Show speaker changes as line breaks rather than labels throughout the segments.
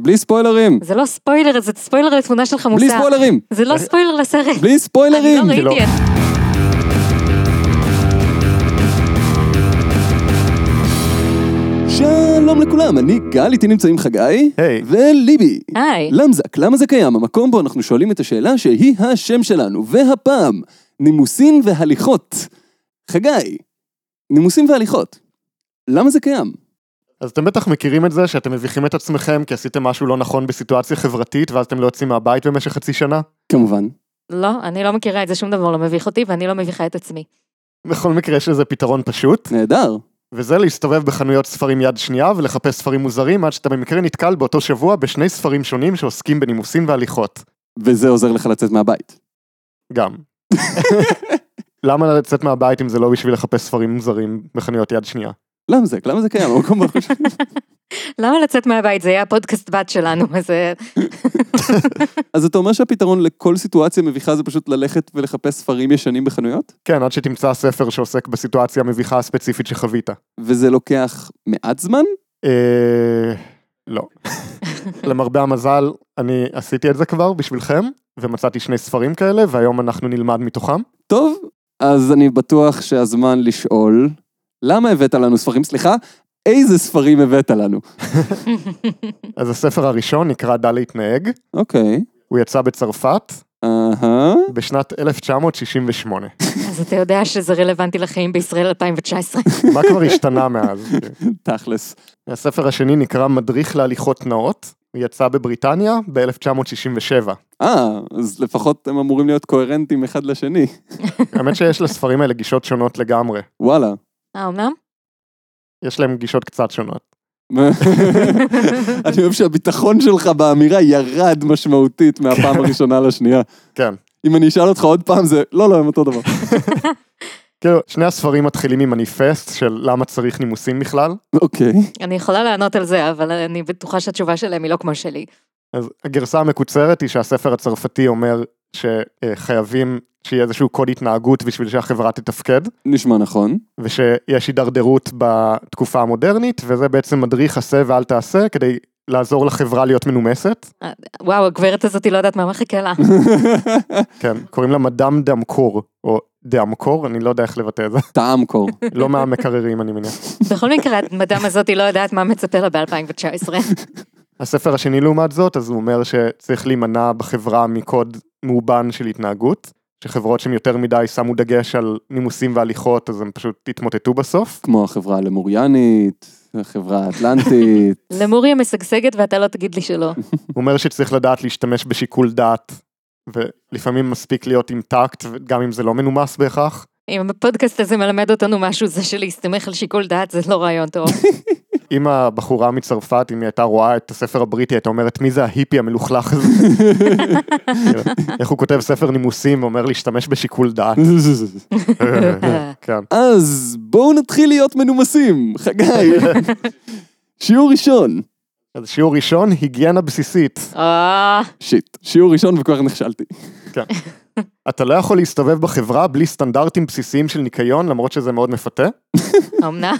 בלי ספוילרים.
זה לא ספוילר, זה ספוילר לתמונה שלך מוסר.
בלי ספוילרים.
זה לא ספוילר לסרט.
בלי ספוילרים.
אני
לא.
לא ראיתי את...
שלום לכולם, אני גל, איתי נמצאים חגי.
היי.
וליבי.
היי.
למזק, למה זה קיים? המקום בו אנחנו שואלים את השאלה שהיא השם שלנו, והפעם, נימוסין והליכות. חגי, נימוסין והליכות. למה זה קיים?
אז אתם בטח מכירים את זה שאתם מביכים את עצמכם כי עשיתם משהו לא נכון בסיטואציה חברתית ואז אתם לא יוצאים מהבית במשך חצי שנה?
כמובן.
לא, אני לא מכירה את זה, שום דבר לא מביך אותי, ואני לא מביכה את עצמי.
בכל מקרה יש לזה פתרון פשוט,
נהדר.
וזה להסתובב בחנויות ספרים יד שנייה ולחפש ספרים מוזרים עד שאתה במקרה נתקל באותו שבוע בשני ספרים שונים שעוסקים בנימוסים והליכות.
וזה עוזר לך לצאת מהבית.
גם. למה לצאת מהבית אם זה לא בשביל לחפש ספרים מוזרים בחנויות יד שנייה?
למזק, למה זה קיים? המקום בו אנחנו שואלים.
למה לצאת מהבית? זה היה הפודקאסט בת שלנו, אז אה,
אז אתה אומר שהפתרון לכל סיטואציה מביכה זה פשוט ללכת ולחפש ספרים ישנים בחנויות?
כן, עד שתמצא ספר שעוסק בסיטואציה המביכה הספציפית שחווית.
וזה לוקח מעט זמן?
אה... לא. למרבה המזל, אני עשיתי את זה כבר בשבילכם, ומצאתי שני ספרים כאלה, והיום אנחנו נלמד מתוכם.
טוב, אז אני בטוח שהזמן לשאול, למה הבאת לנו ספרים? סליחה, איזה ספרים הבאת לנו?
אז הספר הראשון נקרא דע להתנהג,
אוקיי,
הוא יצא בצרפת
אהה,
בשנת 1968.
אז אתה יודע שזה רלוונטי לחיים בישראל 2019.
מה כבר השתנה מאז?
תכלס.
הספר השני נקרא מדריך להליכות נאות, הוא יצא בבריטניה ב-1967.
אה, אז לפחות הם אמורים להיות קוהרנטים אחד לשני.
האמת שיש לספרים האלה גישות שונות לגמרי.
וואלה.
אה, אמנם?
יש להם גישות קצת שונות.
אני אוהב שהביטחון שלך באמירה ירד משמעותית מהפעם הראשונה לשנייה.
כן.
אם אני אשאל אותך עוד פעם זה, לא, לא, הם אותו דבר.
כאילו, שני הספרים מתחילים עם מניפסט של למה צריך נימוסים בכלל.
אוקיי.
אני יכולה לענות על זה, אבל אני בטוחה שהתשובה שלהם היא לא כמו שלי.
אז הגרסה המקוצרת היא שהספר הצרפתי אומר שחייבים שיהיה איזשהו קוד התנהגות בשביל שהחברה תתפקד,
נשמע נכון.
ושיש הידרדרות בתקופה המודרנית, וזה בעצם מדריך עשה ואל תעשה כדי לעזור לחברה להיות מנומסת.
וואו, הגברת הזאת היא לא יודעת מה מחכה לה.
כן, קוראים לה מדאם דמקור, או דאמקור, אני לא יודע איך לבטא את זה.
טעם קור.
לא מהמקררים אני מניח.
בכל מקרה, המדאם הזאת היא לא יודעת מה מצפה לה ב-2019.
הספר השני לעומת זאת, אז הוא אומר שצריך להימנע בחברה מקוד מאובן של התנהגות, שחברות שהן יותר מדי שמו דגש על נימוסים והליכות, אז הם פשוט התמוטטו בסוף.
כמו החברה הלמוריאנית, החברה האטלנטית.
למורי המשגשגת ואתה לא תגיד לי שלא.
הוא אומר שצריך לדעת להשתמש בשיקול דעת, ולפעמים מספיק להיות עם טקט, גם אם זה לא מנומס בהכרח.
אם הפודקאסט הזה מלמד אותנו משהו, זה שלהסתמך על שיקול דעת זה לא רעיון טוב.
אם הבחורה מצרפת, אם היא הייתה רואה את הספר הבריטי, הייתה אומרת, מי זה ההיפי המלוכלך הזה? איך הוא כותב ספר נימוסים ואומר להשתמש בשיקול דעת.
אה,
כן.
אז בואו נתחיל להיות מנומסים, חגי. שיעור ראשון.
אז שיעור ראשון, היגיינה בסיסית.
אה,
שיט. שיעור ראשון וכבר נכשלתי.
אתה לא יכול להסתובב בחברה בלי סטנדרטים בסיסיים של ניקיון, למרות שזה מאוד מפתה.
אמנם.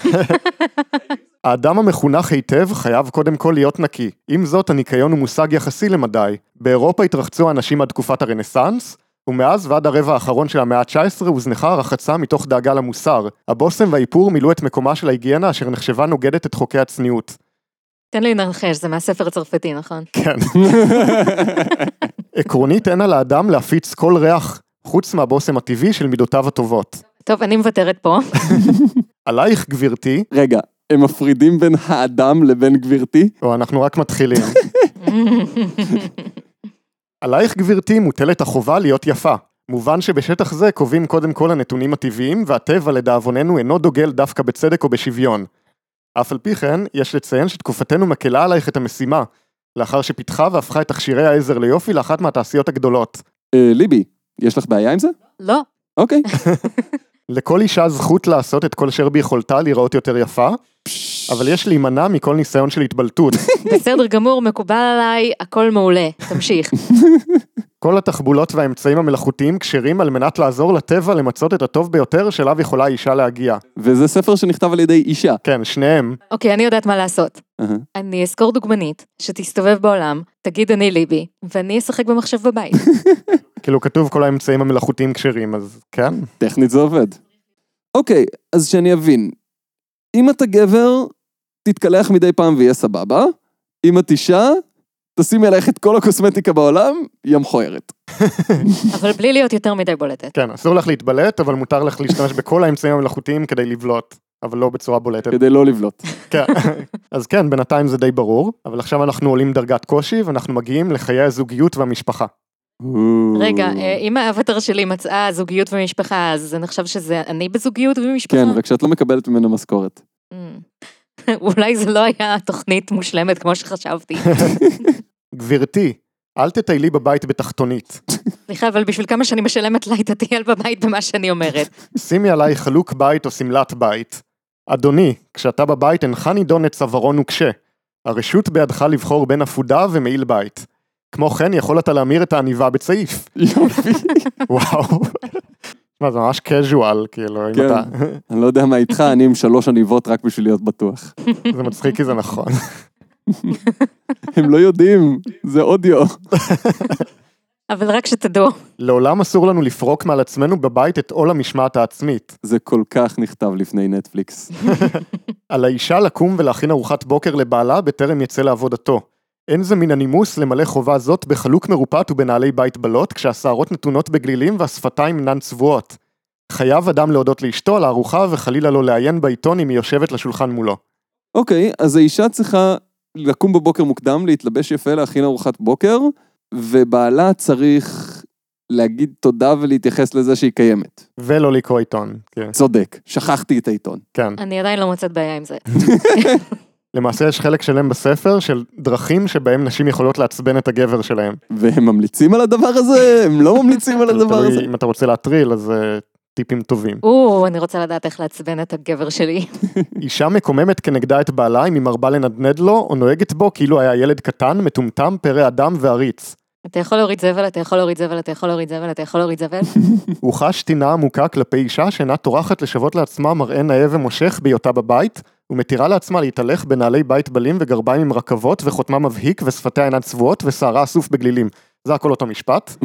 האדם המחונך היטב חייב קודם כל להיות נקי. עם זאת, הניקיון הוא מושג יחסי למדי. באירופה התרחצו האנשים עד תקופת הרנסאנס, ומאז ועד הרבע האחרון של המאה ה-19 הוזנחה הרחצה מתוך דאגה למוסר. הבושם והאיפור מילאו את מקומה של ההיגיינה אשר נחשבה נוגדת את חוקי הצניעות.
תן לי לנחש, זה מהספר הצרפתי, נכון?
כן. עקרונית אין על האדם להפיץ כל ריח, חוץ מהבושם הטבעי של מידותיו הטובות.
טוב, אני מוותרת פה.
עלייך, גברתי,
רגע, הם מפרידים בין האדם לבין גברתי?
או אנחנו רק מתחילים. עלייך גברתי מוטלת החובה להיות יפה. מובן שבשטח זה קובעים קודם כל הנתונים הטבעיים, והטבע לדאבוננו אינו דוגל דווקא בצדק או בשוויון. אף על פי כן, יש לציין שתקופתנו מקלה עלייך את המשימה, לאחר שפיתחה והפכה את תכשירי העזר ליופי לאחת מהתעשיות הגדולות.
אה, ליבי, יש לך בעיה עם זה?
לא.
אוקיי.
לכל אישה זכות לעשות את כל אשר ביכולתה להיראות יותר יפה, אבל יש להימנע מכל ניסיון של התבלטות.
בסדר גמור, מקובל עליי, הכל מעולה. תמשיך.
כל התחבולות והאמצעים המלאכותיים כשרים על מנת לעזור לטבע למצות את הטוב ביותר שאליו יכולה האישה להגיע.
וזה ספר שנכתב על ידי אישה.
כן, שניהם.
אוקיי, אני יודעת מה לעשות.
אהה.
אני אזכור דוגמנית שתסתובב בעולם, תגיד אני ליבי, ואני אשחק במחשב בבית.
כאילו כתוב כל האמצעים המלאכותיים כשרים, אז כן.
טכנית זה עובד. אוקיי, אז שאני אבין. אם אתה גבר, תתקלח מדי פעם ויהיה סבבה. אם את אישה, תשימי עלייך את כל הקוסמטיקה בעולם, יא מכוערת.
אבל בלי להיות יותר מדי בולטת.
כן, אסור לך להתבלט, אבל מותר לך להשתמש בכל האמצעים המלאכותיים כדי לבלוט, אבל לא בצורה בולטת.
כדי לא לבלוט.
כן. אז כן, בינתיים זה די ברור, אבל עכשיו אנחנו עולים דרגת קושי, ואנחנו מגיעים לחיי הזוגיות והמשפחה.
רגע, אה, אם האבטר שלי מצאה זוגיות ומשפחה, אז זה נחשב שזה אני בזוגיות ומשפחה?
כן, רק שאת לא מקבלת ממנו משכורת.
אמ. אולי זה לא היה תוכנית מושלמת כמו שחשבתי.
גברתי, אל תטיילי בבית בתחתונית.
סליחה, אבל בשביל כמה שאני משלמת לה, היא תטייל בבית במה שאני אומרת.
שימי עליי חלוק בית או שמלת בית. אדוני, כשאתה בבית אינך נידון לצווארון וקשה. הרשות בידך לבחור בין עפודה ומעיל בית. כמו כן, יכול אתה להמיר את העניבה בצעיף.
יופי.
וואו. מה, זה ממש casual, כאילו, אם
כן.
אתה...
אני לא יודע מה איתך, אני עם שלוש עניבות רק בשביל להיות בטוח.
זה מצחיק כי זה נכון.
הם לא יודעים, זה אודיו.
אבל רק שתדעו,
לעולם אסור לנו לפרוק מעל עצמנו בבית את עול המשמעת העצמית.
זה כל כך נכתב לפני נטפליקס.
על האישה לקום ולהכין ארוחת בוקר לבעלה בטרם יצא לעבודתו. אין זה מן הנימוס למלא חובה זאת בחלוק מרופט ובנעלי בית בלוט, כשהשערות נתונות בגלילים והשפתיים אינן צבועות. חייב אדם להודות לאשתו על הארוחה וחלילה לא לעיין בעיתון אם היא יושבת לשולחן מולו.
אוקיי, אז האישה צריכה לקום בבוקר מוקדם, להתלבש יפה, להכין ארוחת בוקר, ובעלה צריך להגיד תודה ולהתייחס לזה שהיא קיימת.
ולא לקרוא עיתון. כן.
צודק, שכחתי את העיתון.
כן.
אני עדיין לא מוצאת בעיה עם זה.
למעשה יש חלק שלם בספר של דרכים שבהם נשים יכולות לעצבן את הגבר שלהם.
והם ממליצים על הדבר הזה? הם לא ממליצים על הדבר
כאילו, תלוי
הזה?
אם אתה רוצה להטריל, אז אה, טיפים טובים.
או, אני רוצה לדעת איך לעצבן את הגבר שלי.
אישה מקוממת כנגדה את בעלה אם היא מרבה לנדנד לו, או נוהגת בו כאילו היה ילד קטן, מטומטם, פרא אדם ועריץ.
אתה יכול להוריד זבל, אתה יכול להוריד זבל, אתה יכול להוריד זבל, אתה יכול להוריד זבל.
הוא חש טינה עמוקה כלפי אישה שאינה טורחת לשוות לעצמה מראה נאה ומושך בהיותה בבית, ומתירה לעצמה להתהלך בנעלי בית בלים וגרביים עם רכבות, וחותמה מבהיק ושפתיה אינן צבועות, ושערה אסוף בגלילים. זה הכל אותו משפט.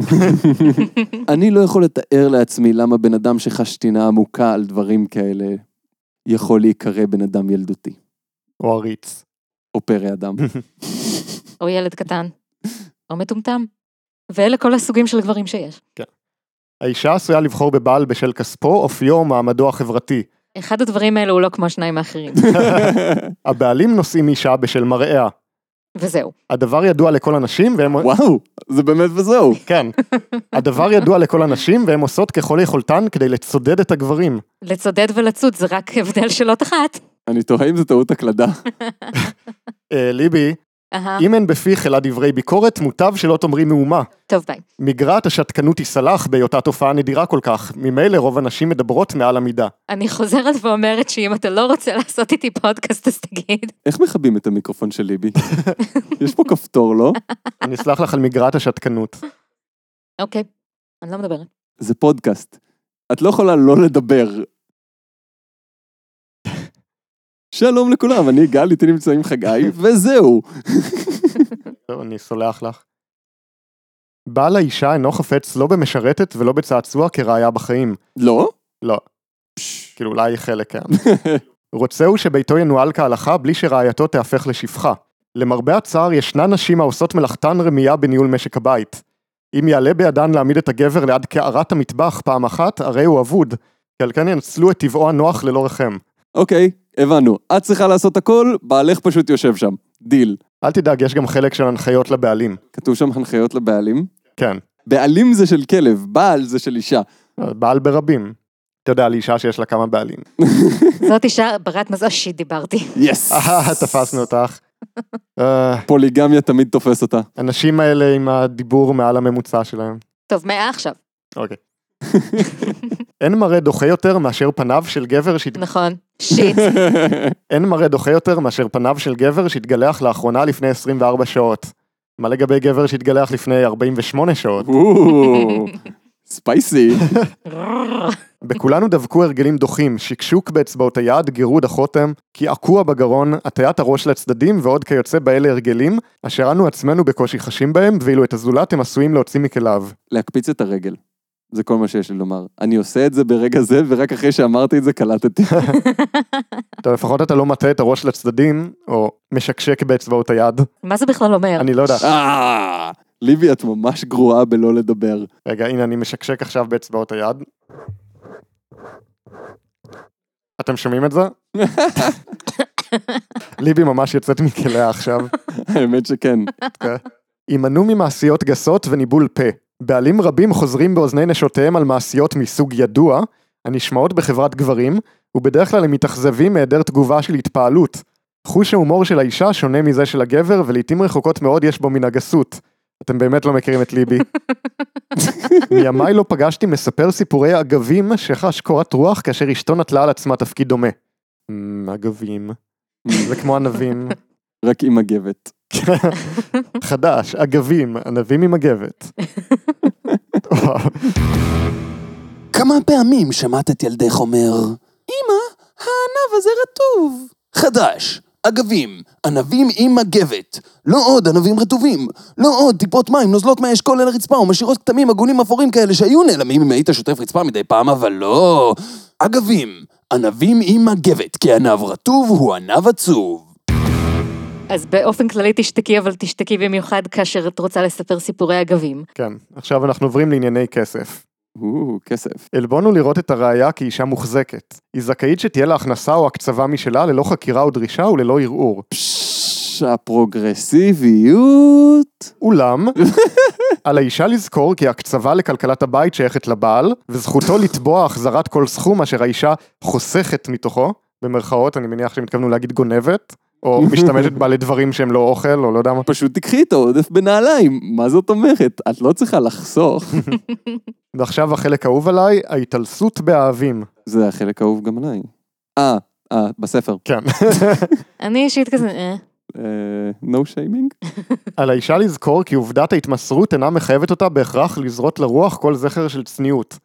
אני לא יכול לתאר לעצמי למה בן אדם שחש טינה עמוקה על דברים כאלה יכול להיקרא בן אדם ילדותי,
או עריץ.
או פרא אדם.
או ילד קטן. או מטומטם. ואלה כל הסוגים של גברים שיש.
האישה עשויה לבחור בבעל בשל כספו, אופיו או מעמדו החברתי.
אחד הדברים האלו הוא לא כמו השניים האחרים.
הבעלים נושאים אישה בשל מראיה.
וזהו.
הדבר ידוע לכל הנשים והם...
וואו, זה באמת וזהו.
כן. הדבר ידוע לכל הנשים והם עושות ככל יכולתן כדי לצודד את הגברים.
לצודד ולצוד זה רק הבדל של אות אחת.
אני תוהה אם זה טעות הקלדה.
אה, ליבי,
אהה,
אם אין בפיך אלא דברי ביקורת, מוטב שלא תאמרי מהומה.
טוב ביי.
מגרעת השתקנות תיסלח בהיותה תופעה נדירה כל כך, ממילא רוב הנשים מדברות מעל המידה.
אני חוזרת ואומרת שאם אתה לא רוצה לעשות איתי פודקאסט אז תגיד.
איך מכבים את המיקרופון של ליבי? יש פה כפתור, לא?
אני אסלח לך על מגרעת השתקנות.
אוקיי. אני לא מדברת.
זה פודקאסט. את לא יכולה לא לדבר. שלום לכולם, אני גל, איתי נמצאים חגי, וזהו.
טוב, אני סולח לך. בעל האישה אינו חפץ לא במשרתת ולא בצעצוע כראיה בחיים.
לא?
לא. כאילו אולי חלק כן. רוצה הוא שביתו ינוהל כהלכה בלי שרעייתו תהפך לשפחה. למרבה הצער ישנן נשים העושות מלאכתן רמייה בניהול משק הבית. אם יעלה בידן להעמיד את הגבר ליד קערת המטבח פעם אחת, הרי הוא אבוד. כי על כן ינצלו את טבעו הנוח ללא רחם.
אוקיי, הבנו. את צריכה לעשות הכל, בעלך פשוט יושב שם. דיל.
אל תדאג, יש גם חלק של הנחיות לבעלים.
כתוב שם הנחיות לבעלים.
כן.
בעלים זה של כלב, בעל זה של אישה.
בעל ברבים. אתה יודע, לאישה שיש לה כמה בעלים.
זאת אישה ברת מזל שיט דיברתי.
יס!
אהה, תפסנו אותך. אה,
פוליגמיה תמיד תופס אותה.
הנשים האלה עם הדיבור מעל הממוצע שלהם.
טוב, מאה עכשיו.
אוקיי. אין מראה דוחה יותר מאשר פניו של גבר שהת...
נכון. שיט.
אין מראה דוחה יותר מאשר פניו של גבר שהתגלח לאחרונה לפני 24 שעות. מה לגבי גבר שהתגלח לפני 48 שעות?
וואו, ספייסי.
בכולנו דבקו הרגלים דוחים, שקשוק באצבעות היד, גירוד החותם, קעקוע בגרון, הטיית הראש לצדדים ועוד כיוצא באלה הרגלים, אשר אנו עצמנו בקושי חשים בהם, ואילו את הזולת הם עשויים להוציא מכליו.
להקפיץ את הרגל. זה כל מה שיש לי לומר. אני עושה את זה ברגע זה, ורק אחרי שאמרתי את זה קלטתי.
אתה לפחות אתה לא מטה את הראש לצדדים, או משקשק באצבעות היד,
מה זה בכלל אומר?
אני לא יודע.
אה, ליבי, את ממש גרועה בלא לדבר.
רגע, הנה אני משקשק עכשיו באצבעות היד. אתם שומעים את זה? ליבי ממש יוצאת מכליה עכשיו.
האמת שכן.
הימנעו ממעשיות גסות וניבול פה. בעלים רבים חוזרים באוזני נשותיהם על מעשיות מסוג ידוע, הנשמעות בחברת גברים, ובדרך כלל הם מתאכזבים מהיעדר תגובה של התפעלות. חוש ההומור של האישה שונה מזה של הגבר, ולעיתים רחוקות מאוד יש בו מן הגסות. אתם באמת לא מכירים את ליבי. מימיי לא פגשתי מספר סיפורי אגבים שחש קורת רוח כאשר אשתו נטלה על עצמה תפקיד דומה. אמ, אגבים. זה כמו ענבים.
רק עם מגבת.
חדש, אגבים, ענבים עם מגבת.
כמה פעמים שמעת את ילדך אומר, אמא, הענב הזה רטוב. חדש, אגבים, ענבים עם מגבת. לא עוד ענבים רטובים. לא עוד טיפות מים נוזלות מהאשכול אל הרצפה ומשאירות כתמים עגולים אפורים כאלה שהיו נעלמים אם היית שוטף רצפה מדי פעם, אבל לא. אגבים, ענבים עם מגבת, כי ענב רטוב הוא ענב עצוב.
אז באופן כללי תשתקי, אבל תשתקי במיוחד כאשר את רוצה לספר סיפורי אגבים.
כן, עכשיו אנחנו עוברים לענייני כסף.
או, כסף.
עלבון הוא לראות את הראיה כאישה מוחזקת. היא זכאית שתהיה לה הכנסה או הקצבה משלה ללא חקירה או דרישה וללא ערעור.
פשש, הפרוגרסיביות.
אולם, על האישה לזכור כי הקצבה לכלכלת הבית שייכת לבעל, וזכותו לתבוע החזרת כל סכום אשר האישה חוסכת מתוכו, במרכאות, אני מניח שהם התכוונו להגיד גונבת, או משתמשת בה לדברים שהם לא אוכל, או לא יודע מה.
פשוט תקחי את העודף בנעליים, מה זאת אומרת? את לא צריכה לחסוך.
ועכשיו החלק האהוב עליי, ההתעלסות באהבים.
זה החלק האהוב גם עליי. אה, אה, בספר.
כן.
אני אישית כזה, אה.
אה, no shaming?
על האישה לזכור כי עובדת ההתמסרות אינה מחייבת אותה בהכרח לזרות לרוח כל זכר של צניעות.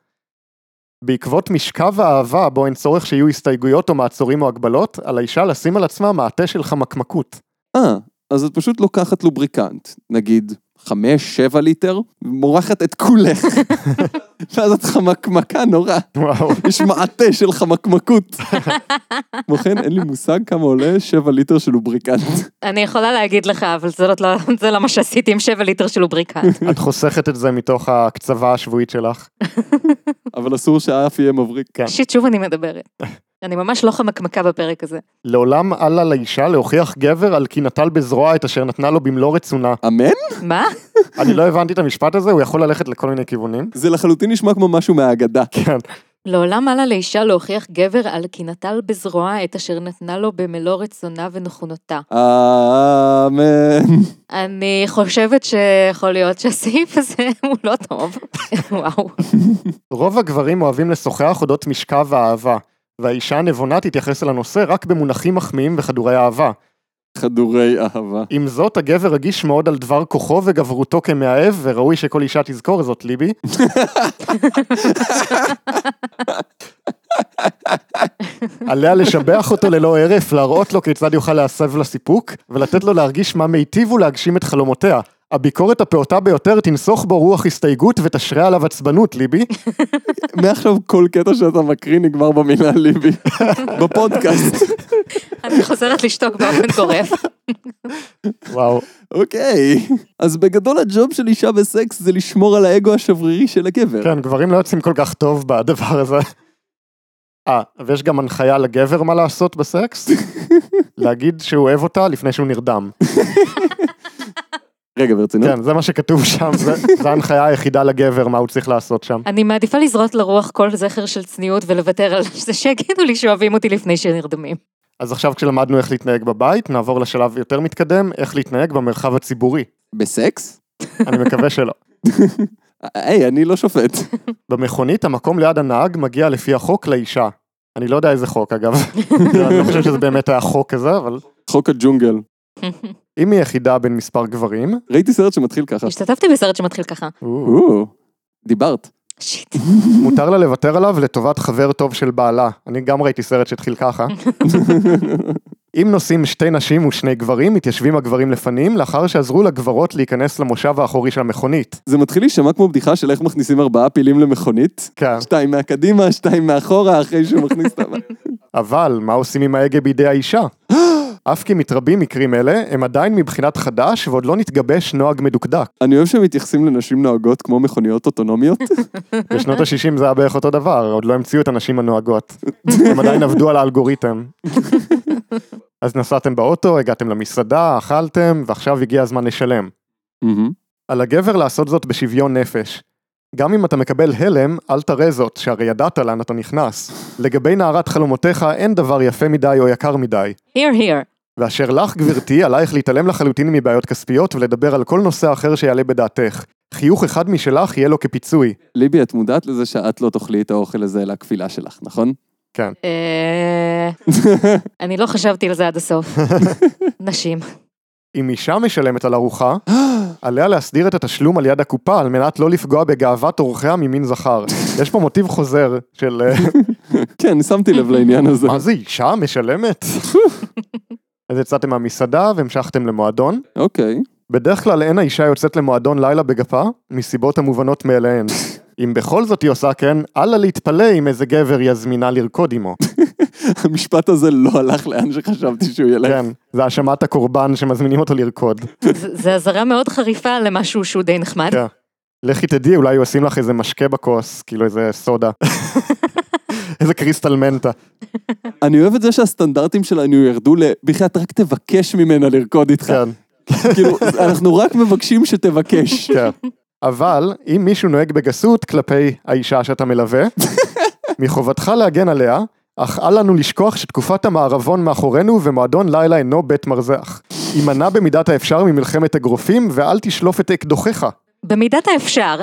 בעקבות משכב האהבה בו אין צורך שיהיו הסתייגויות או מעצורים או הגבלות, על האישה לשים על עצמה מעטה של חמקמקות.
אה, אז את פשוט לוקחת לובריקנט, נגיד חמש, שבע ליטר, ומורחת את כולך. ואז את חמקמקה נורא.
וואו,
יש מעטה של חמקמקות. כמו כן, אין לי מושג כמה עולה 7 ליטר של לובריקנט.
אני יכולה להגיד לך, אבל זה לא, זה לא מה שעשיתי עם 7 ליטר של לובריקנט.
את חוסכת את זה מתוך ההקצבה השבועית שלך.
אבל אסור שהאף יהיה מבריק.
כן.
שיט, שוב אני מדברת. אני ממש לא חמקמקה בפרק הזה.
לעולם אל על האישה להוכיח גבר על כי נטל בזרוע את אשר נתנה לו במלוא רצונה.
אמן?
מה?
אני לא הבנתי את המשפט הזה, הוא יכול ללכת לכל מיני כיוונים.
זה לחלוטין נשמע כמו משהו מהאגדה.
כן.
לעולם עלה לאישה להוכיח גבר על כי נטל בזרועה את אשר נתנה לו במלוא רצונה ונכונותה.
אמן.
אני חושבת שיכול להיות שהסעיף הזה הוא לא טוב. וואו.
רוב הגברים אוהבים לשוחח אודות משכב האהבה, והאישה הנבונה תתייחס אל הנושא רק במונחים מחמיאים וכדורי אהבה.
חדורי אהבה.
עם זאת, הגבר רגיש מאוד על דבר כוחו וגברותו כמאהב, וראוי שכל אישה תזכור זאת, ליבי. עליה לשבח אותו ללא הרף, להראות לו כיצד יוכל להסב לסיפוק, ולתת לו להרגיש מה מיטיב ולהגשים את חלומותיה. הביקורת הפעוטה ביותר תנסוך בו רוח הסתייגות ותשרה עליו עצבנות, ליבי.
מעכשיו כל קטע שאתה מקריא נגמר במילה ליבי. בפודקאסט.
אני חוזרת לשתוק באופן גורף.
וואו.
אוקיי. אז בגדול הג'וב של אישה בסקס זה לשמור על האגו השברירי של הגבר.
כן, גברים לא יוצאים כל כך טוב בדבר הזה. אה, ויש גם הנחיה לגבר מה לעשות בסקס? להגיד שהוא אוהב אותה לפני שהוא נרדם.
רגע, ברצינות?
כן, זה מה שכתוב שם, זה- זו ההנחיה היחידה לגבר, מה הוא צריך לעשות שם.
אני מעדיפה לזרות לרוח כל זכר של צניעות ולוותר על זה שיגידו לי שאוהבים אותי לפני שנרדמים.
אז עכשיו כשלמדנו איך להתנהג בבית, נעבור לשלב יותר מתקדם, איך להתנהג במרחב הציבורי.
בסקס?
אני מקווה שלא.
היי, אני לא שופט.
במכונית, המקום ליד הנהג מגיע לפי החוק לאישה. אני לא יודע איזה חוק, אגב. אני לא חושב שזה באמת היה חוק כזה, אבל...
חוק הג'ונגל.
אם היא יחידה בין מספר גברים,
ראיתי סרט שמתחיל ככה.
השתתפתי בסרט שמתחיל ככה.
או, דיברת.
שיט.
מותר לה לוותר עליו לטובת חבר טוב של בעלה. אני גם ראיתי סרט שהתחיל ככה. אם נוסעים שתי נשים ושני גברים, מתיישבים הגברים לפנים, לאחר שעזרו לגברות להיכנס למושב האחורי של המכונית.
זה מתחיל להישמע כמו בדיחה של איך מכניסים ארבעה פילים למכונית.
כן.
שתיים מהקדימה, שתיים מאחורה, אחרי שהוא מכניס את ה...
אבל מה עושים עם ההגה בידי האישה? אף כי מתרבים מקרים אלה, הם עדיין מבחינת חדש ועוד לא נתגבש נוהג מדוקדק.
אני אוהב שהם מתייחסים לנשים נוהגות כמו מכוניות אוטונומיות.
בשנות ה-60 זה היה בערך אותו דבר, עוד לא המציאו את הנשים הנוהגות. הם עדיין עבדו על האלגוריתם. אז נסעתם באוטו, הגעתם למסעדה, אכלתם, ועכשיו הגיע הזמן לשלם.
מהמם.
על הגבר לעשות זאת בשוויון נפש. גם אם אתה מקבל הלם, אל תראה זאת, שהרי ידעת לאן אתה נכנס. לגבי נערת חלומותיך, אין דבר יפה מדי או יקר מדי.
here, here.
ואשר לך, גברתי, עלייך להתעלם לחלוטין מבעיות כספיות ולדבר על כל נושא אחר שיעלה בדעתך. חיוך אחד משלך יהיה לו כפיצוי.
ליבי, את מודעת לזה שאת לא תאכלי את האוכל הזה, אלא הכפילה שלך, נכון?
כן.
אה, אני לא חשבתי על זה עד הסוף. נשים.
אם אישה משלמת על ארוחה, עליה להסדיר את התשלום על יד הקופה על מנת לא לפגוע בגאוות אורחיה ממין זכר. יש פה מוטיב חוזר של אה,
כן, שמתי לב לעניין הזה.
מה זה אישה משלמת? אז יצאתם מהמסעדה והמשכתם למועדון.
אוקיי.
בדרך כלל אין האישה יוצאת למועדון לילה בגפה, מסיבות המובנות מאליהן. אם בכל זאת היא עושה כן, אל לה להתפלא אם איזה גבר היא הזמינה לרקוד עמו.
המשפט הזה לא הלך לאן שחשבתי שהוא ילך.
כן, זה האשמת הקורבן שמזמינים אותו לרקוד.
ז- זו אזהרה מאוד חריפה למשהו שהוא די נחמד.
כן. לכי תדעי, אולי עושים לך איזה משקה בכוס, כאילו איזה סודה. איזה קריסטל מנטה.
אני אוהב את זה שהסטנדרטים שלנו ירדו ל... בחייאת, רק תבקש ממנה לרקוד איתך.
כן,
כאילו, אנחנו רק מבקשים שתבקש.
כן. אבל אם מישהו נוהג בגסות כלפי האישה שאתה מלווה, מחובתך להגן עליה, אך אל לנו לשכוח שתקופת המערבון מאחורינו ומועדון לילה אינו בית מרזח. הימנע במידת האפשר ממלחמת אגרופים ואל תשלוף את אקדוחך.
במידת האפשר.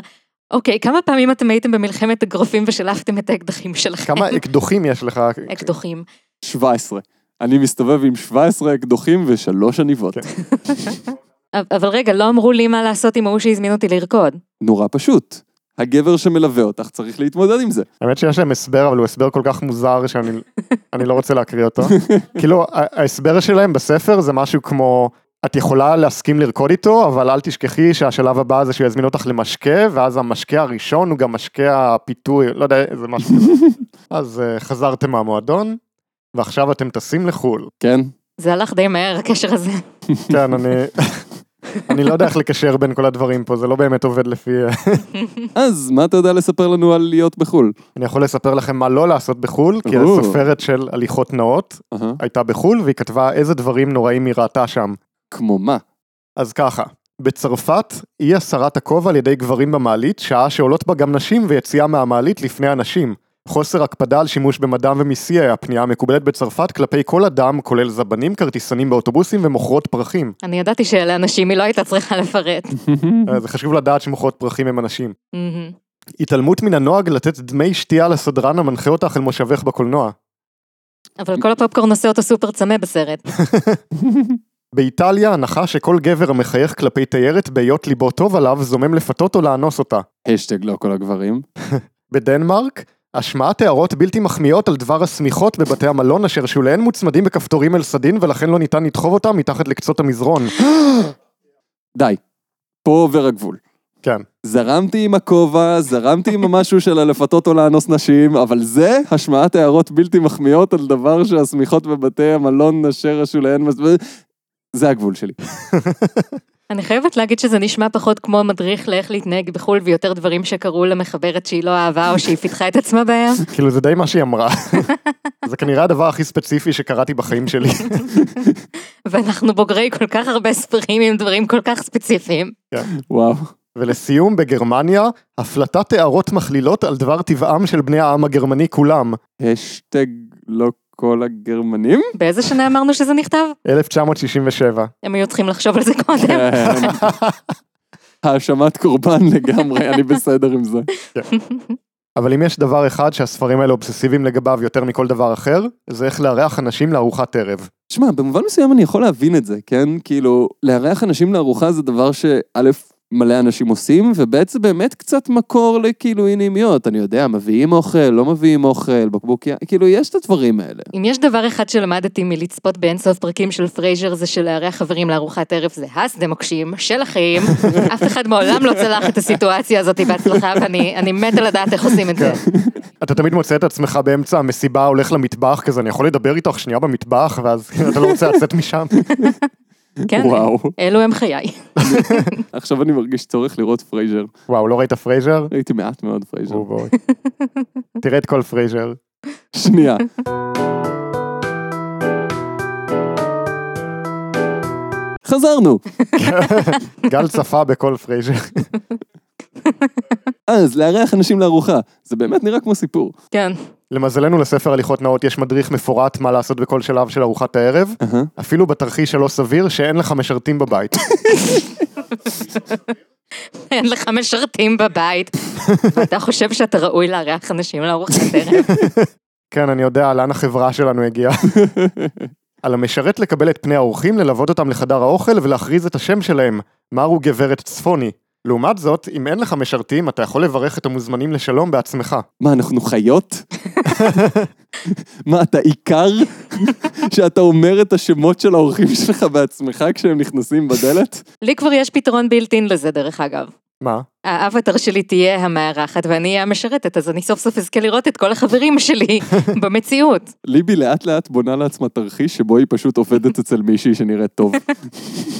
אוקיי, כמה פעמים אתם הייתם במלחמת אגרופים ושלפתם את האקדחים שלכם?
כמה אקדוחים יש לך?
אקדוחים.
17. אני מסתובב עם 17 אקדוחים ושלוש עניבות.
כן.
אב- אבל רגע, לא אמרו לי מה לעשות עם ההוא שהזמין אותי לרקוד.
נורא פשוט. הגבר שמלווה אותך צריך להתמודד עם זה.
האמת שיש להם הסבר, אבל הוא הסבר כל כך מוזר שאני אני לא רוצה להקריא אותו. כאילו, ה- ההסבר שלהם בספר זה משהו כמו, את יכולה להסכים לרקוד איתו, אבל אל תשכחי שהשלב הבא זה שהוא יזמין אותך למשקה, ואז המשקה הראשון הוא גם משקה הפיתוי, לא יודע, זה משהו כזה. אז אה, חזרתם מהמועדון, ועכשיו אתם טסים לחו"ל.
כן?
זה הלך די מהר, הקשר הזה.
כן, אני... אני לא יודע איך לקשר בין כל הדברים פה, זה לא באמת עובד לפי...
אז מה אתה יודע לספר לנו על להיות בחו"ל?
אני יכול לספר לכם מה לא לעשות בחו"ל, כי
או.
הסופרת של הליכות נאות,
אהה.
הייתה בחו"ל והיא כתבה איזה דברים נוראים היא ראתה שם.
כמו מה?
אז ככה, בצרפת אי הסרת הכובע על ידי גברים במעלית, שעה שעולות בה גם נשים ויציאה מהמעלית לפני הנשים. חוסר הקפדה על שימוש במדם ומיסיה, הפנייה המקובלת בצרפת כלפי כל אדם, כולל זבנים, כרטיסנים באוטובוסים ומוכרות פרחים.
אני ידעתי שאלה אנשים, היא לא הייתה צריכה לפרט.
אה, זה חשוב לדעת שמוכרות פרחים הם אנשים.
מהמם.
התעלמות מן הנוהג לתת דמי שתייה לסדרן המנחה אותך אל מושבך בקולנוע.
אבל כל הפופקורן עושה אותו סופר צמא בסרט.
באיטליה, הנחה שכל גבר המחייך כלפי תיירת בהיות ליבו טוב עליו, זומם לפתות או לאנוס אותה.
השטג לא כל הגברים.
בדנמרק, השמעת הערות בלתי מחמיאות על דבר השמיכות בבתי המלון אשר שוליהן מוצמדים בכפתורים אל סדין ולכן לא ניתן לדחוב אותם מתחת לקצות המזרון.
די. פה עובר הגבול.
כן.
זרמתי עם הכובע, זרמתי עם המשהו של הלפתות או לאנוס נשים, אבל זה השמעת הערות בלתי מחמיאות על דבר שהשמיכות בבתי המלון אשר השוליהן מס- זה הגבול שלי.
אני חייבת להגיד שזה נשמע פחות כמו מדריך לאיך להתנהג בחו"ל ויותר דברים שקרו למחברת שהיא לא אהבה או שהיא פיתחה את עצמה בהם.
כאילו זה די מה שהיא אמרה. זה כנראה הדבר הכי ספציפי שקראתי בחיים שלי.
ואנחנו בוגרי כל כך הרבה ספרים עם דברים כל כך ספציפיים.
וואו.
ולסיום, בגרמניה, הפלטת הערות מכלילות על דבר טבעם של בני העם הגרמני כולם.
השטג לא כל הגרמנים?
באיזה שנה אמרנו שזה נכתב?
1967.
הם היו צריכים לחשוב על זה קודם.
כן. האשמת קורבן לגמרי, אני בסדר עם זה.
אבל אם יש דבר אחד שהספרים האלה אובססיביים לגביו יותר מכל דבר אחר, זה איך לארח אנשים לארוחת ערב.
שמע, במובן מסוים אני יכול להבין את זה, כן? כאילו, לארח אנשים לארוחה זה דבר שא', מלא אנשים עושים, וב' זה באמת קצת מקור לכאילו אי נעימיות. אני יודע, מביאים אוכל, לא מביאים אוכל, בקבוק ים, כאילו, יש את הדברים האלה.
אם יש דבר אחד שלמדתי מלצפות באינסוף פרקים של פרייזר זה שלארח חברים לארוחת ערב זה השדה מוקשים של החיים. אף אחד מעולם לא צלח את הסיטואציה הזאת בהצלחה ואני אני מתה לדעת איך עושים
כן.
את זה.
אתה תמיד מוצא את עצמך באמצע המסיבה, הולך למטבח, כזה, אני יכול לדבר איתך שנייה במטבח, ואז אתה לא רוצה לצאת משם.
כן,
וואו.
אלו הם חיי.
עכשיו אני מרגיש צורך לראות פרייזר.
וואו, לא ראית פרייזר?
ראיתי מעט מאוד פרייזר.
או בואי. תראה את כל פרייזר.
שנייה. חזרנו.
גל צפה בכל פרייזר.
אז לארח אנשים לארוחה, זה באמת נראה כמו סיפור.
כן.
למזלנו לספר הליכות נאות יש מדריך מפורט מה לעשות בכל שלב של ארוחת הערב,
אהה.
אפילו בתרחיש הלא סביר שאין לך משרתים בבית.
אין לך משרתים בבית ואתה חושב שאתה ראוי לארח אנשים לארוחת ערב.
כן, אני יודע לאן החברה שלנו הגיעה. על המשרת לקבל את פני האורחים, ללוות אותם לחדר האוכל ולהכריז את השם שלהם, מרו גברת צפוני. לעומת זאת, אם אין לך משרתים, אתה יכול לברך את המוזמנים לשלום בעצמך.
מה, אנחנו חיות? מה, אתה איכר? שאתה אומר את השמות של האורחים שלך בעצמך כשהם נכנסים בדלת?
לי כבר יש פתרון built-in לזה דרך אגב.
מה?
האבטר שלי תהיה המארחת ואני אהיה המשרתת, אז אני סוף סוף אזכה לראות את כל החברים שלי במציאות.
ליבי לאט לאט בונה לעצמה תרחיש שבו היא פשוט עובדת אצל מישהי שנראית טוב.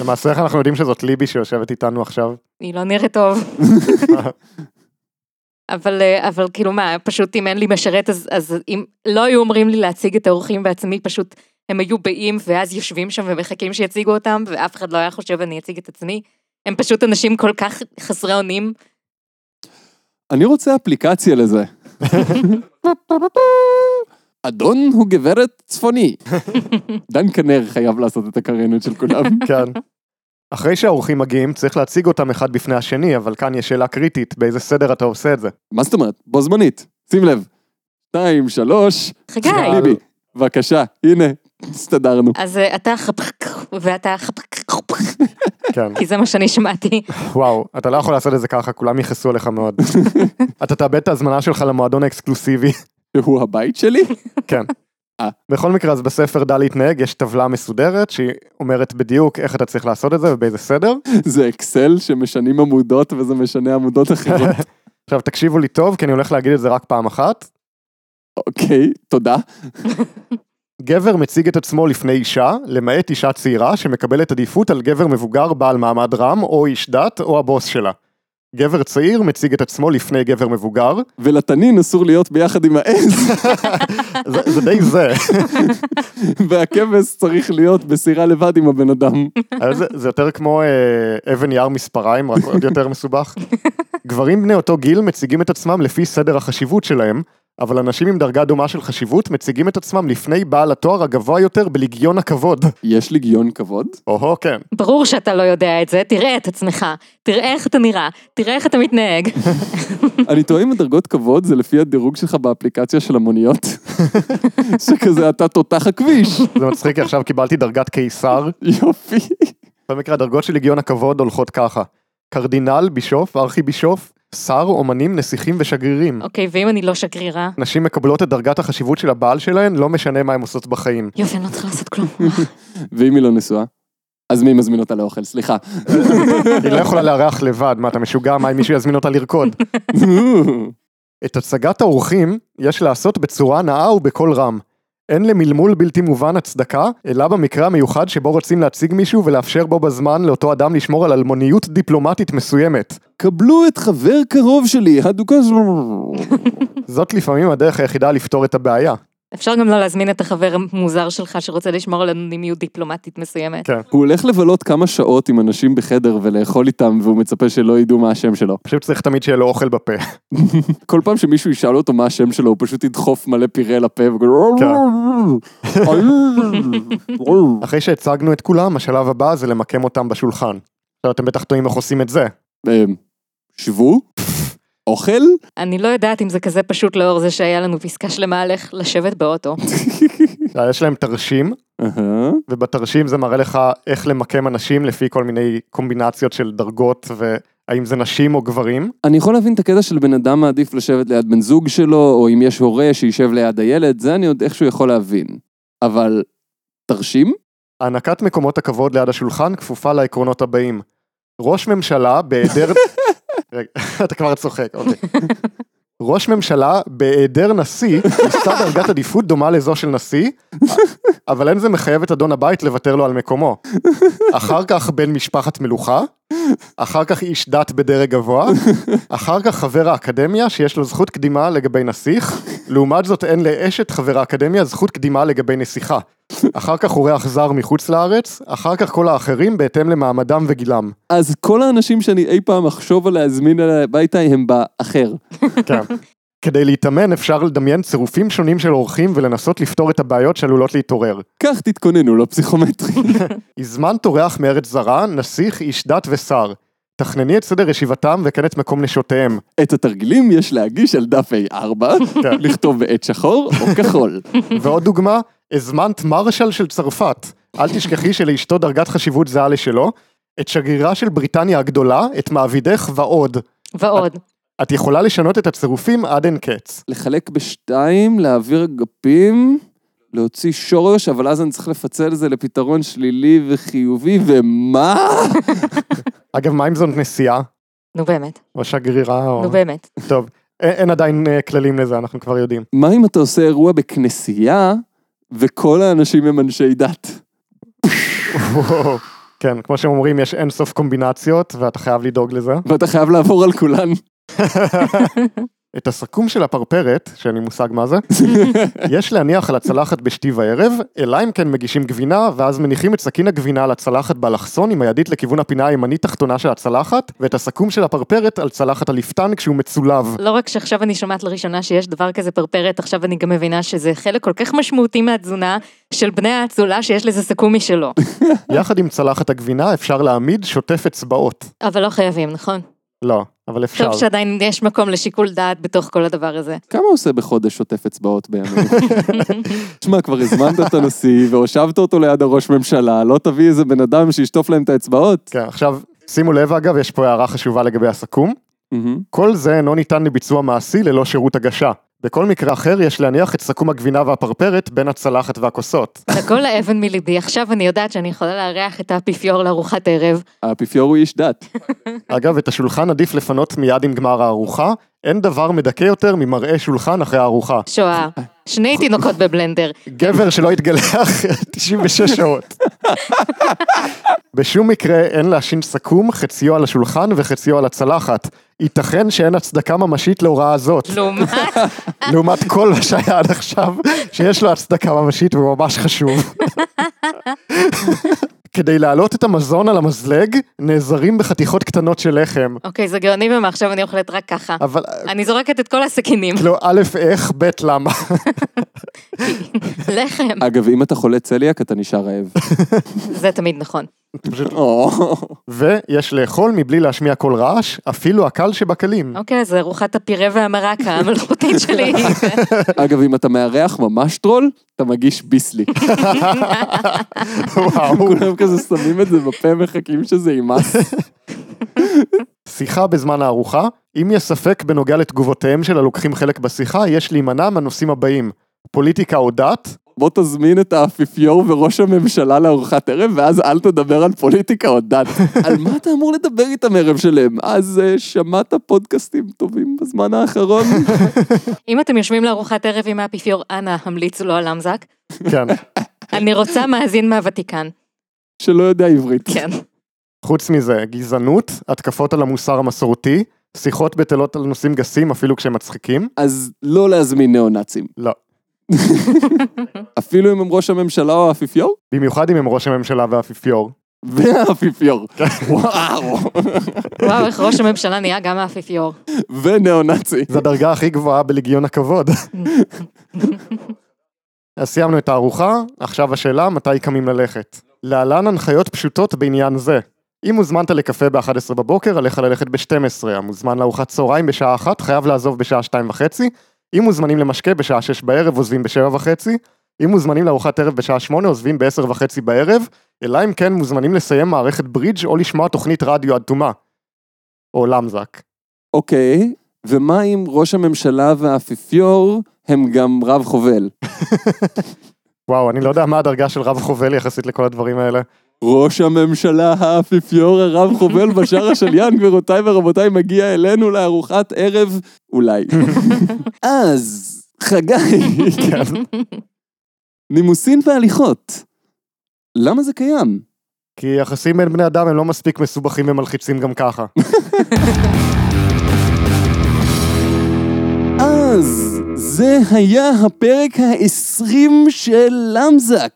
למעשה איך אנחנו יודעים שזאת ליבי שיושבת איתנו עכשיו?
היא לא נראית טוב. אבל, אה, אבל כאילו מה, פשוט אם אין לי משרת, אז, אז אם לא היו אומרים לי להציג את האורחים בעצמי, פשוט הם היו באים ואז יושבים שם ומחכים שיציגו אותם, ואף אחד לא היה חושב אני אציג את עצמי. הם פשוט אנשים כל כך חסרי אונים.
אני רוצה אפליקציה לזה. אדון הוא גברת צפוני. דן כנר חייב לעשות את הקריינות של כולם.
כן. אחרי שהאורחים מגיעים, צריך להציג אותם אחד בפני השני, אבל כאן יש שאלה קריטית, באיזה סדר אתה עושה את זה?
מה זאת אומרת? בו זמנית, שים לב. שתיים, שלוש,
חגי.
אה,
ליבי. בבקשה, הנה, הסתדרנו.
אז אה, אתה חפק ואתה חפק חפק,
כן.
כי זה מה שאני שמעתי.
וואו, אתה לא יכול לעשות את זה ככה, כולם יכעסו עליך מאוד. אתה תאבד את ההזמנה שלך למועדון האקסקלוסיבי.
שהוא הבית שלי?
כן.
אה.
בכל מקרה, אז בספר דע להתנהג יש טבלה מסודרת שהיא אומרת בדיוק איך אתה צריך לעשות את זה ובאיזה סדר.
זה אקסל שמשנים עמודות וזה משנה עמודות אחרות.
עכשיו תקשיבו לי טוב, כי אני הולך להגיד את זה רק פעם אחת.
אוקיי, תודה.
גבר מציג את עצמו לפני אישה, למעט אישה צעירה שמקבלת עדיפות על גבר מבוגר בעל מעמד רם, או איש דת, או הבוס שלה. גבר צעיר מציג את עצמו לפני גבר מבוגר,
ולתנין אסור להיות ביחד עם העז,
זה, זה די זה.
והכבש צריך להיות בסירה לבד עם הבן אדם.
אז זה, זה יותר כמו אה, אבן יער מספריים, רק עוד יותר מסובך. גברים בני אותו גיל מציגים את עצמם לפי סדר החשיבות שלהם, אבל אנשים עם דרגה דומה של חשיבות מציגים את עצמם לפני בעל התואר הגבוה יותר בלגיון הכבוד.
יש לי גיון כבוד?
או-הו, כן.
ברור שאתה לא יודע את זה, תראה את עצמך, תראה איך אתה נראה, תראה איך אתה מתנהג.
אני טועה אם הדרגות כבוד זה לפי הדירוג שלך באפליקציה של המוניות. שכזה אתה תותח הכביש.
זה מצחיק, כי עכשיו קיבלתי דרגת קיסר.
יופי.
במקרה, הדרגות של לגיון הכבוד הולכות ככה. קרדינל, בישוף, ארכי בישוף, שר, אומנים, נסיכים ושגרירים.
אוקיי, ואם אני לא שגרירה?
נשים מקבלות את דרגת החשיבות של הבעל שלהן, לא משנה מה הן עושות בחיים.
יופי, אני לא צריכה לעשות כלום.
ואם היא לא נשואה? אז מי מזמין אותה לאוכל? סליחה.
היא לא יכולה לארח לבד, מה אתה משוגע? מה אם מישהו יזמין אותה לרקוד? את הצגת האורחים יש לעשות בצורה נאה ובקול רם. אין למלמול בלתי מובן הצדקה, אלא במקרה המיוחד שבו רוצים להציג מישהו ולאפשר בו בזמן לאותו אדם לשמור על אלמוניות דיפלומטית מסוימת.
קבלו את חבר קרוב שלי, הדוקה זו...
זאת לפעמים הדרך היחידה לפתור את הבעיה.
אפשר גם לא להזמין את החבר המוזר שלך שרוצה לשמור על אנונימיות דיפלומטית מסוימת.
כן.
הוא הולך לבלות כמה שעות עם אנשים בחדר ולאכול איתם, והוא מצפה שלא ידעו מה השם שלו.
פשוט צריך תמיד שיהיה לו אוכל בפה.
כל פעם שמישהו ישאל אותו מה השם שלו, הוא פשוט ידחוף מלא פירה לפה וכל...
אחרי שהצגנו את כולם, השלב הבא זה למקם אותם בשולחן. עכשיו אתם בטח טועים איך עושים את זה.
אמ, שבו? אוכל?
אני לא יודעת אם זה כזה פשוט לאור זה שהיה לנו פסקה שלמה על איך לשבת באוטו.
אה, יש להם תרשים,
אהה.
ובתרשים זה מראה לך איך למקם אנשים לפי כל מיני קומבינציות של דרגות, והאם זה נשים או גברים.
אני יכול להבין את הקטע של בן אדם מעדיף לשבת ליד בן זוג שלו, או אם יש הורה שישב ליד הילד, זה אני עוד איכשהו יכול להבין. אבל תרשים?
הענקת מקומות הכבוד ליד השולחן כפופה לעקרונות הבאים. ראש ממשלה בהיעדר... רגע, אתה כבר צוחק, אוקיי. ראש ממשלה בהיעדר נשיא, ניסה דרגת עדיפות דומה לזו של נשיא, אבל אין זה מחייב את אדון הבית לוותר לו על מקומו. אחר כך בן משפחת מלוכה, אחר כך איש דת בדרג גבוה, אחר כך חבר האקדמיה שיש לו זכות קדימה לגבי נסיך, לעומת זאת אין לאשת חבר האקדמיה זכות קדימה לגבי נסיכה. אחר כך אורח זר מחוץ לארץ, אחר כך כל האחרים בהתאם למעמדם וגילם.
אז כל האנשים שאני אי פעם אחשוב על להזמין אליי הביתה הם באחר.
כן. כדי להתאמן אפשר לדמיין צירופים שונים של אורחים ולנסות לפתור את הבעיות שעלולות להתעורר.
כך תתכוננו לפסיכומטרי.
הזמנת אורח מארץ זרה, נסיך, איש דת ושר. תכנני את סדר ישיבתם וכן את מקום נשותיהם.
את התרגילים יש להגיש על דף A4,
כן.
לכתוב בעט שחור או כחול.
ועוד דוגמה, הזמנת מרשל של צרפת. אל תשכחי שלאשתו דרגת חשיבות זהה לשלו, את שגרירה של בריטניה הגדולה, את מעבידך ועוד.
ועוד.
את יכולה לשנות את הצירופים עד אין קץ.
לחלק בשתיים, להעביר אגפים, להוציא שורש, אבל אז אני צריך לפצל את זה לפתרון שלילי וחיובי, ומה?
אגב, מה אם זאת נסיעה?
נו באמת,
או שגרירה או...
נו באמת.
טוב, אין, אין עדיין אה, כללים לזה, אנחנו כבר יודעים.
מה אם אתה עושה אירוע בכנסייה, וכל האנשים הם אנשי דת?
וואו. כן, כמו שהם אומרים, יש אין סוף קומבינציות, ואתה חייב לדאוג לזה.
ואתה חייב לעבור על כולן.
את הסכו"ם של הפרפרת, שאין לי מושג מה זה, יש להניח על הצלחת בשתי וערב, אלא אם כן מגישים גבינה, ואז מניחים את סכין הגבינה על הצלחת באלכסון עם הידית לכיוון הפינה הימנית תחתונה של הצלחת, ואת הסכו"ם של הפרפרת על צלחת הליפטן כשהוא מצולב.
לא רק שעכשיו אני שומעת לראשונה שיש דבר כזה פרפרת, עכשיו אני גם מבינה שזה חלק כל כך משמעותי מהתזונה של בני האצולה שיש לזה סכומי שלו.
יחד עם צלחת הגבינה אפשר להעמיד שוטף אצבעות.
אבל לא חייבים, נכון?
לא, אבל אפשר.
טוב שעדיין יש מקום לשיקול דעת בתוך כל הדבר הזה.
כמה עושה בחודש שוטף אצבעות בימים? שמע, כבר הזמנת את הנשיא, והושבת אותו ליד הראש ממשלה, לא תביא איזה בן אדם שישטוף להם את האצבעות?
כן, עכשיו, שימו לב אגב, יש פה הערה חשובה לגבי הסכו"ם.
מהמם.
כל זה אינו ניתן לביצוע מעשי ללא שירות הגשה. בכל מקרה אחר יש להניח את סכו"ם הגבינה והפרפרת בין הצלחת והכוסות.
לכל האבן מליבי, עכשיו אני יודעת שאני יכולה לארח את האפיפיור לארוחת ערב.
האפיפיור הוא איש דת.
אגב, את השולחן עדיף לפנות מיד עם גמר הארוחה, אין דבר מדכא יותר ממראה שולחן אחרי הארוחה.
שואה, שני תינוקות בבלנדר.
גבר שלא התגלח 96 שעות. בשום מקרה אין להשין סכו"ם, חציו על השולחן וחציו על הצלחת. ייתכן שאין הצדקה ממשית להוראה הזאת,
לעומת,
לעומת כל מה שהיה עד עכשיו, שיש לו הצדקה ממשית והוא ממש חשוב. כדי להעלות את המזון על המזלג, נעזרים בחתיכות קטנות של לחם.
אוקיי, זה גאוני ומה, עכשיו אני אוכלת רק ככה.
אבל
אני זורקת את כל הסכינים.
לא, א', איך, ב', למה.
לחם,
אגב, אם אתה חולה צליאק, אתה נשאר רעב.
זה תמיד נכון.
או.
ויש לאכול מבלי להשמיע כל רעש, אפילו הקל שבקלים.
אוקיי, אז ארוחת הפירה והמרק המלכותית שלי.
אגב, אם אתה מארח ממש טרול, אתה מגיש ביסלי.
וואו.
כולם כזה שמים את זה בפה, מחכים שזה יימס.
שיחה בזמן הארוחה, אם יש ספק בנוגע לתגובותיהם של הלוקחים חלק בשיחה, יש להימנע מהנושאים הבאים. פוליטיקה או דת,
בוא תזמין את האפיפיור וראש הממשלה לארוחת ערב, ואז אל תדבר על פוליטיקה או דת. על מה אתה אמור לדבר איתם ערב שלם? אז אה, שמעת פודקאסטים טובים בזמן האחרון?
אם אתם יושבים לארוחת ערב עם האפיפיור, אנא המליצו לו על אמזק.
כן.
אני רוצה מאזין מהוותיקן.
שלא יודע עברית.
כן.
חוץ מזה, גזענות, התקפות על המוסר המסורתי, שיחות בטלות על נושאים גסים אפילו כשהם מצחיקים.
אז לא להזמין ניאו-נאצים.
לא.
אפילו אם הם ראש הממשלה או האפיפיור?
במיוחד אם הם ראש הממשלה והאפיפיור.
והאפיפיור. וואו.
וואו, איך ראש הממשלה נהיה גם האפיפיור.
וניאו-נאצי.
זו הדרגה הכי גבוהה בלגיון הכבוד. אז סיימנו את הארוחה, עכשיו השאלה מתי קמים ללכת. להלן הנחיות פשוטות בעניין זה. אם הוזמנת לקפה ב-11 בבוקר, עליך ללכת ב-12. המוזמן לארוחת צהריים בשעה 1, חייב לעזוב בשעה 2 וחצי. אם מוזמנים למשקה בשעה 6 בערב, עוזבים ב-7 וחצי. אם מוזמנים לארוחת ערב בשעה שמונה, עוזבים בעשר וחצי בערב, אלא אם כן מוזמנים לסיים מערכת ברידג' או לשמוע תוכנית רדיו עד תומה. או למזק.
אוקיי, ומה אם ראש הממשלה והאפיפיור הם גם רב חובל?
וואו, אני לא יודע מה הדרגה של רב חובל יחסית לכל הדברים האלה.
ראש הממשלה, האפיפיור, הרב חובל בשאר השליין, גבירותיי ורבותיי, מגיע אלינו לארוחת ערב, אולי. אז, חגי,
כן.
נימוסין והליכות. למה זה קיים?
כי יחסים בין בני אדם הם לא מספיק מסובכים ומלחיצים גם ככה.
אז, זה היה הפרק ה-20 של למזק.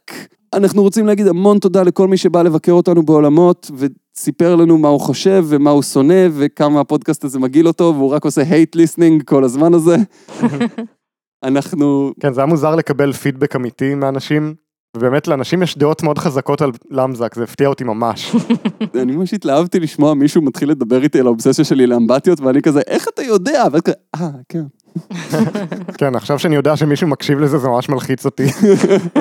אנחנו רוצים להגיד המון תודה לכל מי שבא לבקר אותנו בעולמות, וסיפר לנו מה הוא חושב ומה הוא שונא, וכמה הפודקאסט הזה מגעיל אותו, והוא רק עושה hate listening כל הזמן הזה. אנחנו
כן, זה היה מוזר לקבל פידבק אמיתי מאנשים, ובאמת לאנשים יש דעות מאוד חזקות על למזק, זה הפתיע אותי ממש.
אני ממש התלהבתי לשמוע מישהו מתחיל לדבר איתי על האובססיה שלי לאמבטיות, ואני כזה, איך אתה יודע? ואת כזה, אה, כן.
כן, עכשיו שאני יודע שמישהו מקשיב לזה זה ממש מלחיץ אותי.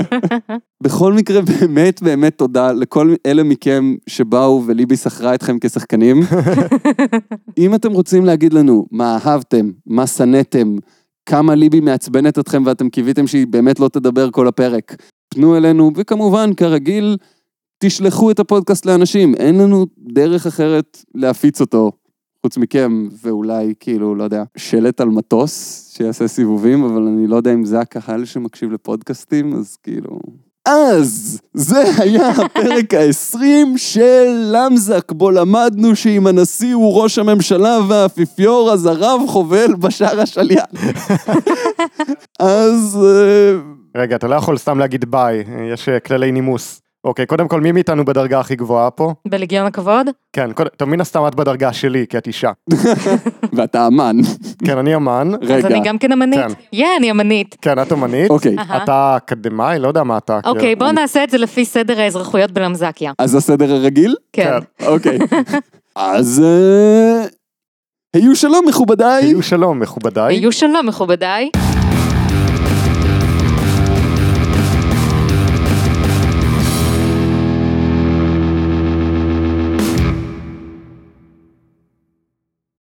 בכל מקרה, באמת באמת תודה לכל אלה מכם שבאו וליבי שכרה אתכם כשחקנים. אם אתם רוצים להגיד לנו מה אהבתם, מה שנאתם, כמה ליבי מעצבנת אתכם ואתם קיוויתם שהיא באמת לא תדבר כל הפרק, פנו אלינו, וכמובן, כרגיל, תשלחו את הפודקאסט לאנשים, אין לנו דרך אחרת להפיץ אותו. חוץ מכם, ואולי, כאילו, לא יודע, שלט על מטוס שיעשה סיבובים, אבל אני לא יודע אם זה הקהל שמקשיב לפודקאסטים, אז כאילו... אז זה היה הפרק ה-20 של למזק, בו למדנו שאם הנשיא הוא ראש הממשלה והאפיפיור, אז הרב חובל בשער השליין. אז... אה,
רגע, אתה לא יכול סתם להגיד ביי, יש אה, כללי נימוס. אוקיי, קודם כל, מי מאיתנו בדרגה הכי גבוהה פה?
בלגיון הכבוד?
כן, קודם, טוב, מן הסתם את בדרגה שלי, כי את אישה.
ואתה אמן.
כן, אני אמן.
אז
רגע.
אני גם כן אמנית.
כן.
יא, אני אמנית.
כן, את אומנית.
אוקיי,
אהה.
אתה אקדמאי? לא יודע מה אתה. כאילו.
אוקיי, בואו נעשה את זה לפי סדר האזרחויות בלמזקיה.
אז הסדר הרגיל?
כן.
אוקיי. אז... אה, היו שלום, מכובדיי.
היו כאילו, שלום, מכובדיי.
אה, היו שלום, מכובדיי.